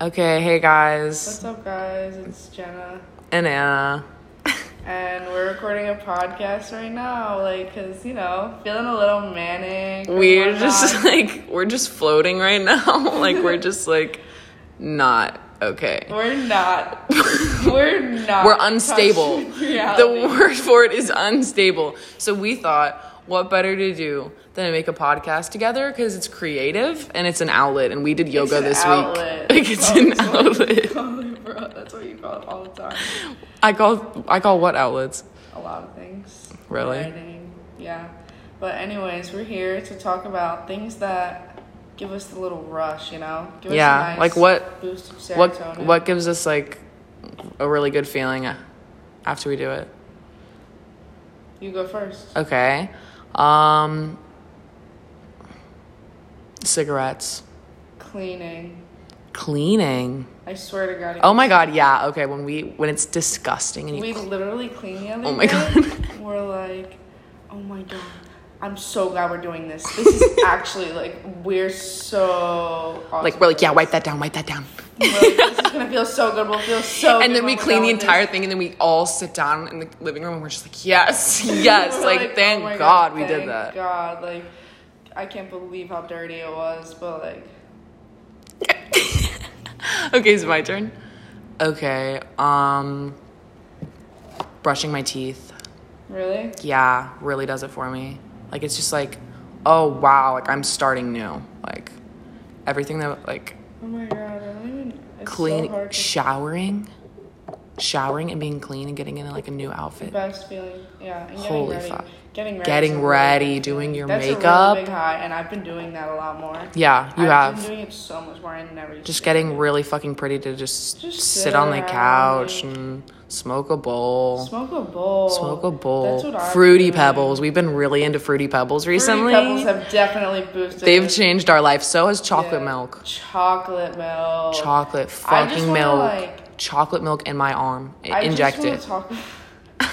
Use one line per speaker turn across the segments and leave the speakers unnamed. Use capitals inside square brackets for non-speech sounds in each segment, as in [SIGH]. Okay, hey guys.
What's up, guys? It's Jenna,
And uh, Anna.
and we're recording a podcast right now, like, cause you know, feeling a little manic. or
We're
whatnot.
just [LAUGHS] like, we're just floating right now. [LAUGHS] like, we're just like, not okay.
we're not,
[LAUGHS]
we're not,
We're unstable.
touching [LAUGHS]
The
reality.
word for it is unstable. So we thought, what better to do than to make a podcast together because it's creative and it's an outlet. And we did [LAUGHS] yoga
an
this week. [LAUGHS]
outlet.
Like, it's
Oh,
an
it's like-
outlet.
Totally, bro. That's what you call it all the time.
I call I call what outlets?
A lot of things.
Really?
Writing, yeah. But anyways, we're here to talk about things that give us the little rush, you know? Give us
Yeah,
a nice
like what-
Boost of serotonin.
What what gives us like a really good feeling after we do it?
You go first.
Okay. Um cigarettes,
Cleaning.
cleaning.
I swear to God. it
Oh my god, yeah. Okay, when we when it's disgusting and you
We literally cleaned the other
Oh my
day.
God. [LAUGHS]
We're like, oh my god. I'm so glad we're doing this. This is
[LAUGHS]
actually like we're so awesome.
like we're like, yeah, wipe that down, wipe that down.
We're like, this is gonna feel so good. We'll
[LAUGHS]
feel so.
And
good
then we
when we're
clean the
done with this.
entire thing and then we all sit down in the living room and we're just like,
[LAUGHS]
yes, [LAUGHS] yes.
We're
like,
oh
thank
my
God, we did
thank
that.
God, like I can't believe how dirty it was, but like
Okay, it's my turn. Okay. Um brushing my teeth.
really,
yeah, really does it for me. Like it's just like, oh wow, like I'm starting new. Like everything that like
oh my God, I don't even. It's
clean
so hard to
showering. Showering and being clean and getting in like a new outfit.
best feeling. Yeah, and getting
Holy
ready.
fuck.
Getting ready.
Getting
is a really
ready,
big
doing
feeling.
your
That's A
makeup.
really big high, and I've been doing that a lot more.
Yeah, you
I've been
have.
doing it so much more. I never used
Just
to do
getting really fucking pretty to just,
Just
sit
sit
on the
around,
couch
like-
and smoke a
it.
bowl.
smoke a bowl.
Smoke a
That's what
bowl.
I've
Fruity
been doing.
pebbles. We've been really into fruity pebbles recently.
Fruity pebbles have definitely boosted.
They've
it.
changed our life. So has chocolate
Yeah.
milk.
Chocolate milk.
chocolate
I just
fucking
wanna,
milk
like-
chocolate milk in my arm I-
I
inject
just wanna
it
Talk,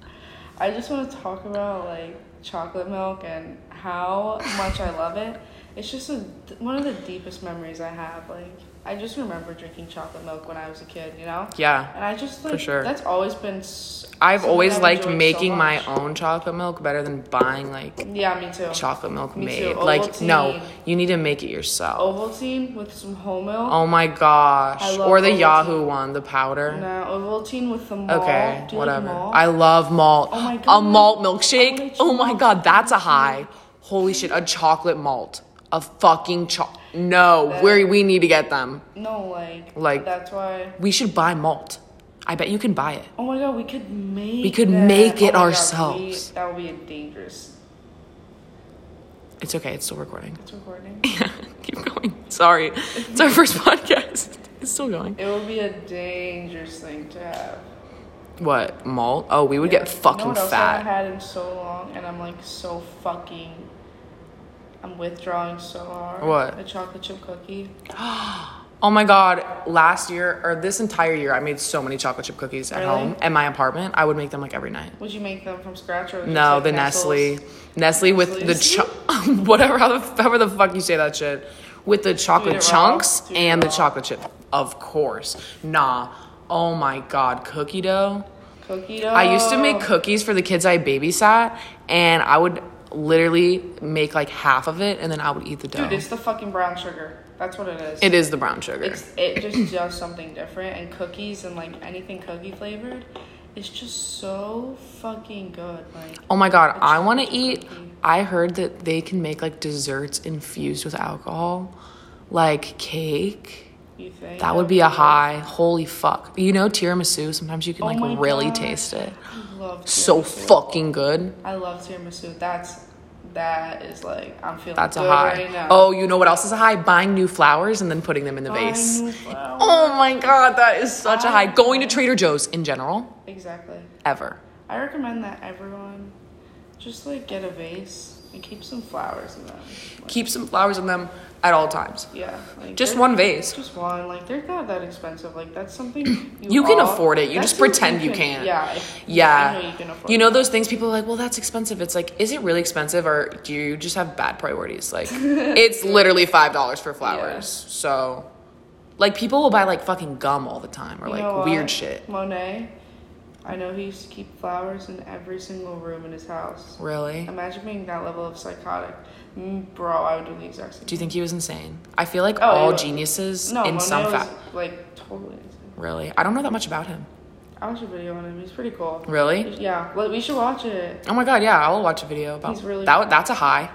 [LAUGHS] I just want to talk about like chocolate milk and how much I love it. It's just a, one of the deepest memories I have. Like I just remember drinking chocolate milk when I was a kid, you know.
yeah
And I just like
sure.
that's always been. s-
i've
something
always
I've
liked
enjoyed so
making my
much.
own chocolate milk better than buying like
Yeah, me too.
chocolate milk
Me
made
too.
like no
Ovaltine.
you need to make it yourself
Ovaltine with some whole milk.
oh my gosh
I love
or the
Ovaltine.
yahoo one the powder
No, Ovaltine with the malt.
Oh. okay
Do you like
whatever
malt?
i love malt
Oh my
a
God.
malt
I
milkshake
wanna
oh my
chocolate
god that's a high holy shit a chocolate malt a fucking cho no we we need to get them
no, like
Like-
that's why.
we should buy malt i bet you can buy it
Oh my god, we could make.
We could
that. Oh
make it
my God, we-
ourselves.
that would be a dangerous.
It's okay. It's still recording.
It's recording.
[LAUGHS] Yeah, keep going. Sorry, it's our first podcast. It's still going.
It would be a dangerous thing to have.
What malt? Oh, we would get
you know
fucking
what else I
fat.
haven't had in so long, and I'm like so fucking. I'm withdrawing so hard.
What?
A chocolate chip cookie.
Oh my god! Last year or this entire year, I made so many chocolate chip cookies at
Really?
home at my apartment. I would make them like every night.
Would you make them from scratch or? just,
No,
like,
the
Nestle's?
Nestle, Nestle with the cho- [LAUGHS] whatever, however the fuck you say that shit, with the chocolate
it raw.
chunks
Do it
and the
raw.
chocolate chip. Of course, nah. Oh my god, cookie dough.
cookie dough.
I used to make cookies for the kids I babysat, and I would literally make like half of it, and then I would eat the dough.
Dude, it's the fucking brown sugar. That's what it is.
it is the brown sugar.
It's it just [COUGHS] does something different, and cookies and like anything cookie flavored, it's just so fucking good. Like
oh my god, I want to
chocolate
eat.
cookie.
I heard that they can make like desserts infused with alcohol, like cake.
you think
That would be a high. Holy fuck! You know tiramisu. Sometimes you can
Oh
like
my
really
God.
taste it.
I
[SIGHS]
love
So
tiramisu.
fucking good.
I love tiramisu. That's that is like I'm feeling
That's a
good
high.
right now.
Oh, you know what else is a high? Buying new flowers and then putting them in the
Buying
vase.
new flowers.
Oh my god, that is such a high.
I-
Going to Trader Joe's in general,
exactly.
ever.
I recommend that everyone just like get a vase and keep some flowers in them. Like,
Keep some flowers in them at all times.
yeah, like
Just
they're-
one vase.
Just one, like they're not that expensive. Like that's something you, [COUGHS]
You can
all-
afford it. You
that's
just pretend
something
you can.
Yeah, if-
Yeah.
I know you can afford.
You
it.
know those things people are like, well, that's expensive. It's like, is it really expensive or do you
[LAUGHS]
just have bad priorities? Like, it's literally $5 for flowers. So Like people will buy like fucking gum all the time or
You
like
know what?
weird shit.
Monet, I know he used to keep flowers in every single room in his house.
Really?
Imagine being that level of psychotic. Mm, bro, I would do the exact same
Do you think he was insane? I feel like
Oh,
all
yeah.
geniuses
No,
in
Monet
some
was,
fact.
like totally insane.
Really? I don't know that much about him.
I watched a video on him. He's pretty cool.
Really?
Yeah, well, we should watch it.
Oh my god, yeah, I'll watch a video about
He's really-
that. That's a high.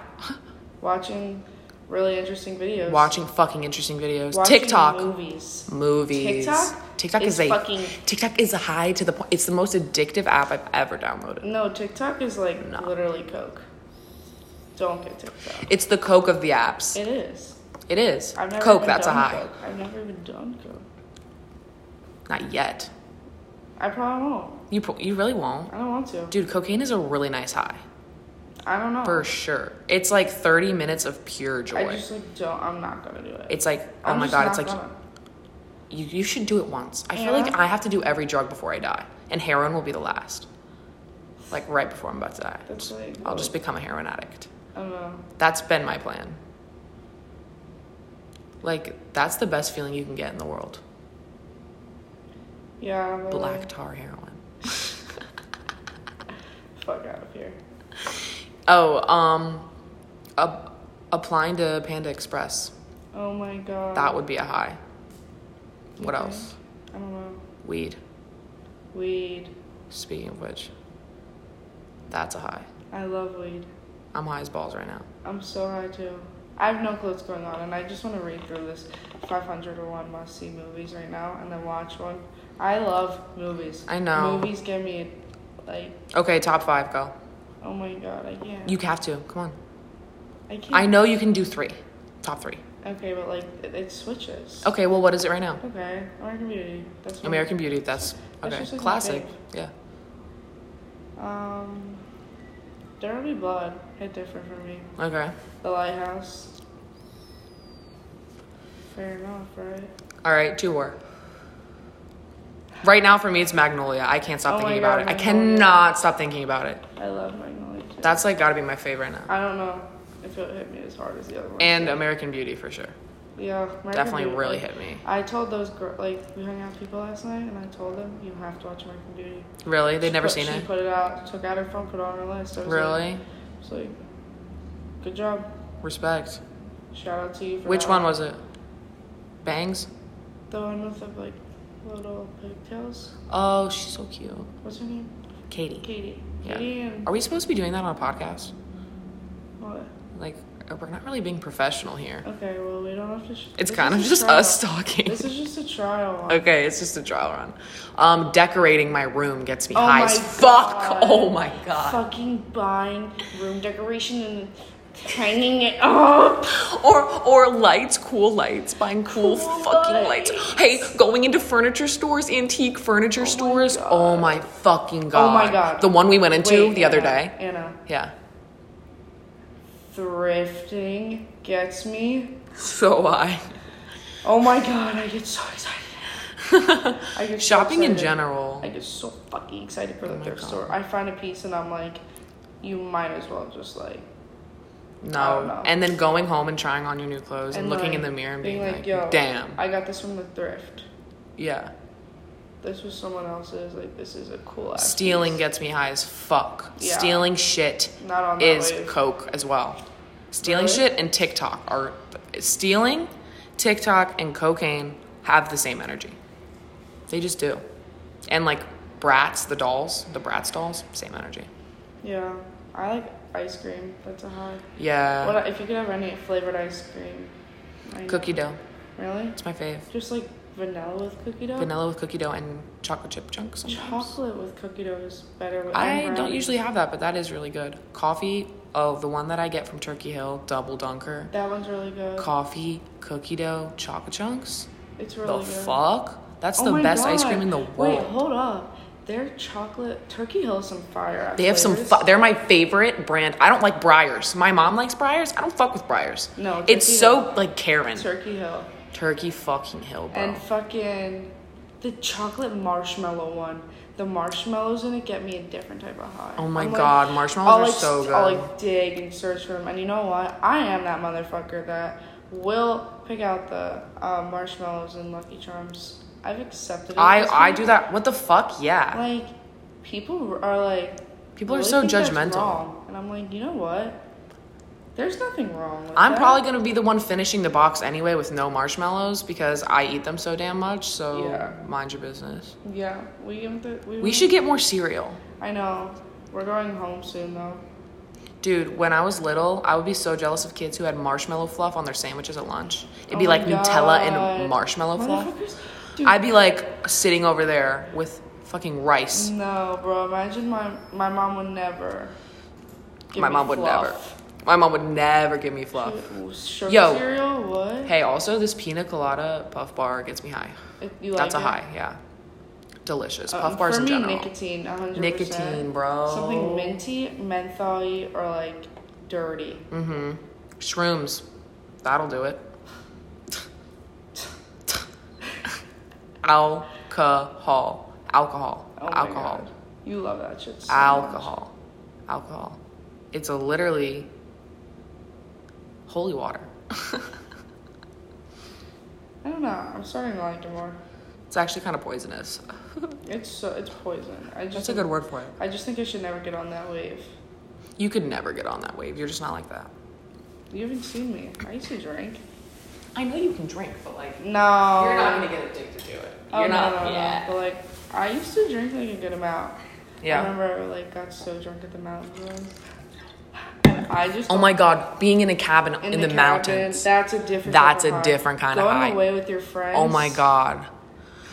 Watching really interesting videos.
Watching fucking interesting videos.
Watching
TikTok.
movies.
movies.
TikTok
TikTok
is
is, a
fucking-
TikTok is a high to the point. It's the most addictive app I've ever downloaded.
No, TikTok is like
No.
literally coke. Don't get TikTok.
It's the coke of the apps.
It is.
It is
I've never
coke.
even
That's a
done
high.
Coke. I've never even done coke.
Not yet.
I probably won't.
You pro- you really won't,
I don't want to.
dude. Cocaine is a really nice high
I don't know.
for sure. It's like thirty minutes of pure
Oh. I
joy.
just like don't. I'm not gonna do it.
it's like oh
I'm
my
just
god. It's
not
like
gonna.
you you should do it once. I feel like
Yeah.
I have to do every drug before I die, and heroin will be the last. Like right before I'm about to die,
That's like.
I'll just become a heroin addict.
I don't know.
That's been my plan. Like, that's the best feeling you can get in the world.
Yeah. but,
Black
like,
tar heroin.
Fuck out of here.
Oh, um, a- applying to Panda Express.
Oh my god.
That would be a high. What
Okay.
else?
I don't know.
Weed.
Weed.
Speaking of which, that's a high.
I love weed.
I'm high as balls right now.
I'm so high too. I have no clue what's going on, and I just want to read through this 501 must see movies right now and then watch one. I love movies.
I know.
Movies give me, like,
Okay, top five, go.
oh my god, I can't.
You have to. Come on.
I can't.
I know you can do three. Top three.
Okay, but, like, it, it switches.
Okay, well, what is it right now?
Okay, American Beauty. That's one.
American Beauty. That's
That's
okay.
just like my
Classic. Yeah.
Um, There Will Be Blood hit different for me.
Okay.
The Lighthouse. Fair enough, right?
All right, two more. Right now, for me, it's Magnolia. I can't stop
Oh my
thinking about
God,
it. I
Magnolia.
cannot stop thinking about it.
I love Magnolia. too.
That's like gotta be my favorite now.
I don't know if it hit me as hard as the other one.
And American Beauty for sure.
Yeah, American
Definitely
Beauty.
really hit me.
I told those girl like we hung out with people last night, and I told them you have to watch American Beauty.
Really? They've
She
never
put-
seen
she
it?
put it out, took out her phone, put it on her list. I was
Really?
Like, it's like, good job.
Respect.
Shout out to you. For
Which
that.
one was it? Bangs?
The one with the like little pigtails.
Oh, she's so cute.
What's her name?
Katie.
Katie.
Yeah.
Katie and
Are we supposed to be doing that on a podcast?
what?
Like, we're not really being professional here.
Okay, well we don't have to. Sh-
It's
this
kind of
is a
just
trial.
us Oh, talking.
This is just a trial. one.
Okay, it's just a trial run. Um, decorating my room gets me
Oh
high
my
as fuck.
God.
[LAUGHS] Oh my god.
Fucking buying room decoration and tightening it up.
Or or lights, cool lights, buying cool,
Cool
fucking lights.
lights.
Hey, going into furniture stores, antique furniture stores. oh my fucking god.
Oh my God.
The one we went into
Wait,
the other
Anna,
day.
Anna,
Yeah.
thrifting gets me.
So [LAUGHS] I
Oh my god, I get so excited. I get so
shopping in
excited.
general.
I get so fucking excited for the
Oh my
thrift
God.
store. I find a piece and I'm like, you might as well just like. don't
No.
know.
And then going home and trying on your new clothes and, looking
like,
in the mirror and being, like,
yo,
damn.
I got this from the thrift.
yeah.
This was someone else's. Like, this is a cool ass.
Stealing
piece.
gets me high as fuck.
Yeah.
Stealing shit
Not on that
is
wave.
coke as well. Stealing
Really?
shit and TikTok are stealing, TikTok and cocaine have the same energy. They just do. And like Bratz, the dolls, the Bratz dolls, same energy.
Yeah, I like ice cream. That's a hard.
Yeah.
What if you could have any flavored ice cream? I-
cookie dough.
Really?
It's my fave.
Just like vanilla with cookie dough.
Vanilla with cookie dough and chocolate chip chunks. sometimes.
Chocolate with cookie dough is better. With
I
and
don't
brownie.
usually have that, but that is really good. Coffee, oh, the one that I get from Turkey Hill, double dunker.
That one's really good.
Coffee, cookie dough, chocolate chunks.
it's really
the
good.
fuck? That's
Oh
the
my
best ice
God.
cream in the
Wait,
world.
hold up. Their chocolate Turkey Hill is some fire.
They have some.
flavors.
Fu- they're my favorite brand. I don't like Briars. My mom likes Briars. I don't fuck with Briars.
No, Turkey
it's so like Karen.
Turkey Hill
Turkey fucking hill, bro.
and fucking the chocolate marshmallow one. The marshmallows in it get me a different type of high.
oh my
I'm like,
god,
I'll
marshmallows
like,
are so good.
I'll like dig and search for them, and you know what? I am that motherfucker that will pick out the uh, marshmallows and Lucky Charms. I've accepted it.
I
this
I
week.
do that. What the fuck? Yeah.
Like, people are like.
People are
really
so
think that's
judgmental.
wrong. And I'm like, you know what? There's nothing wrong with
I'm
that.
probably gonna be the one finishing the box anyway with no marshmallows because I eat them so damn much. So
Yeah.
mind your business.
Yeah, we give them the, we,
We should get more cereal.
I know. We're going home soon though.
Dude, when I was little, I would be so jealous of kids who had marshmallow fluff on their sandwiches at lunch. It'd be
Oh my
like Nutella and
God.
marshmallow fluff.
Motherfuckers, dude.
I'd be like sitting over there with fucking
Mm.
rice.
no, bro. Imagine my my mom would never. give
My
me
mom would never.
fluff.
My mom would never give me fluff.
Ooh, Sugar
Yo.
cereal? What?
Hey, also this pina colada puff bar gets me high.
If you
That's a
like it?
high, yeah. Delicious.
Um,
puff bars
for
in
me,
general.
Nicotine, 100%.
Nicotine, bro.
Something minty, mentholy, or like dirty.
Mm-hmm. Shrooms. That'll do it. Alcohol. Alcohol.
Oh my
alcohol.
God. You love that shit. So much.
alcohol. Alcohol. It's a literally holy water.
I don't know. I'm starting to like it more.
It's actually kind of poisonous.
It's so it's poison. I just
That's a good word for it.
I just think I should never get on that wave.
You could never get on that wave. You're just not like that.
You haven't seen me. I used to drink.
I know you can drink, but like
No.
you're not gonna get addicted to it.
Oh,
you're
no,
not.
no, no.
yeah.
But like, I used to drink like a good amount.
Yeah.
I remember I like got so drunk at the mountains. And I just.
Oh my god, being in a cabin in, the,
cabin,
mountains.
That's a different.
That's
type
a
of high.
different kind of
going
high.
away with your friends.
Oh my god.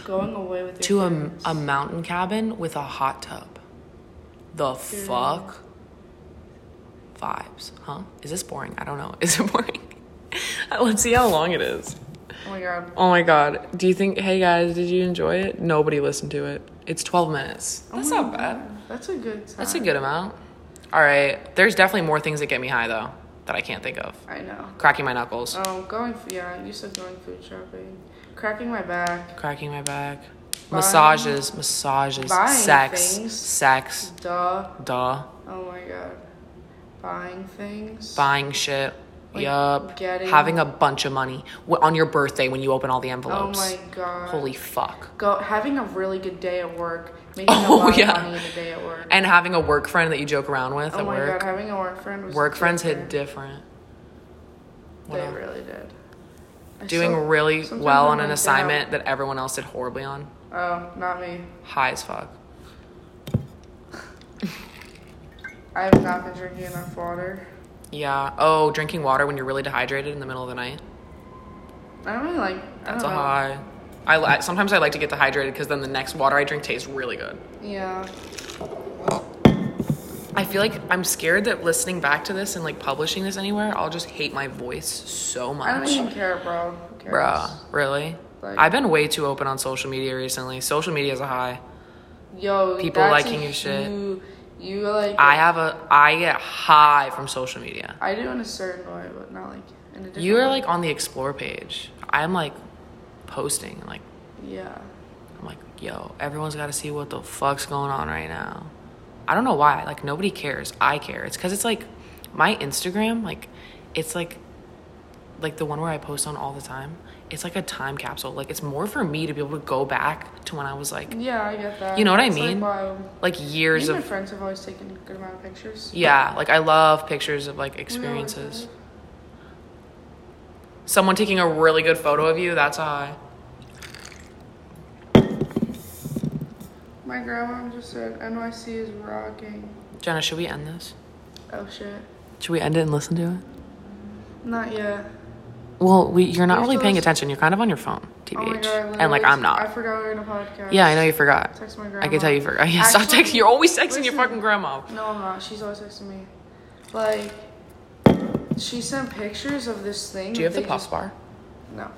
Going away with
To
your
a,
friends.
a mountain cabin with a hot tub. The fuck vibes, huh? Is this boring? I don't know. [LAUGHS] Is it boring? Let's see how long it is.
Oh my god.
Oh my god. Do you think hey guys, did you enjoy it? Nobody listened to it. It's 12 minutes.
Oh
That's
my
not bad.
God. That's a good time.
That's a good amount. All right. There's definitely more things that get me high though that I can't think of.
I know.
Cracking my knuckles,
Oh, going. Yeah, you said going food shopping. Cracking my back.
cracking my back, massages, massages,
buying
sex,
things.
sex,
Duh.
duh,
Oh my god. Buying things.
buying shit.
Like,
yup.
getting-
Having a bunch of money w- on your birthday when you open all the
Oh
envelopes.
my god.
Holy fuck.
Go having a really good day at work, making
[LAUGHS] Oh,
a lot
yeah.
of money in a day at work.
And having a work friend that you joke around with
oh
at
my
work.
god, having a work friend was
work friends hit
different.
different. What
They
else?
really did. I
Doing
still-
really
sometimes
well
I'm
on an
like,
assignment that everyone else did horribly on.
Oh, not me.
High as fuck.
I have not been drinking enough water.
Yeah. Oh, drinking water when you're really dehydrated in the middle of the night.
I don't really like.
That's
I
a
don't know.
high. I li- sometimes I like to get dehydrated because then the next water I drink tastes really good.
Yeah.
I feel like I'm scared that listening back to this and like publishing this anywhere, I'll just hate my voice so
I don't
much.
even care, bro. Who cares?
Bruh, really?
Like-
I've been way too open on social media recently. Social media is a high.
Yo,
People
that's a
liking your shit.
huge- You like.
I have a I get high from social media.
I do in a certain way, but not like in a different.
You are
way.
like on the explore page. I'm like posting and like
Yeah.
I'm like, yo, everyone's got to see what the fuck's going on right now. I don't know why. Like, nobody cares. I care. It's because it's like my Instagram, like, it's like, like the one where I post on all the time. It's like a time capsule. Like, it's more for me to be able to go back to when I was like,
Yeah, I get that.
You know what I
It's, like,
mean?
wild.
like
Me
years
and my
of,
friends have always taken a good amount of pictures.
yeah, like I love pictures of like experiences. Someone taking a really good photo of you, that's a high.
My grandma just said NYC is rocking.
Jenna, should we end this?
Oh shit.
Should we end it and listen to it?
Not yet.
Well, we, you're not
We're
really
still
paying
just-
attention. You're kind of on your phone,
Oh my
TBH.
god. I literally
and like, I'm not.
I forgot we were in a podcast.
Yeah, I know you forgot.
Text my grandma.
I can tell you forgot. [LAUGHS] Yeah, stop
Actually,
texting. You're always texting your
listen.
fucking grandma.
No, I'm not. She's always texting me. Like, she sent pictures of this thing.
Do you have
that
the
they
puff
just-
bar?
No.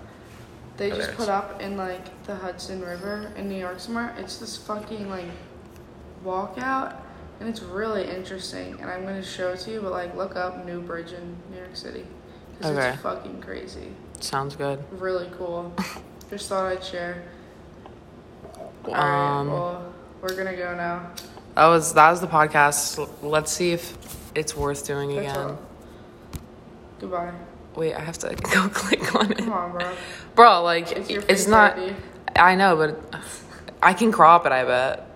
They
Oh,
just
there it
put
is.
up in like the Hudson River in New York somewhere. It's this fucking like walkout, and it's really interesting. And I'm gonna show it to you, but like look up New Bridge in New York City, 'cause
Okay.
it's fucking crazy.
Sounds good.
Really
[LAUGHS]
cool. just thought I'd share. All right,
Um,
well, we're gonna go now.
that was that was the podcast. Let's see if it's worth doing
That's
again.
all. Goodbye.
Wait, I have to go [LAUGHS] click on it.
Come on, bro.
Bro, like,
It's your
it's,
free
not.
therapy.
I know, but I can crop it, I bet.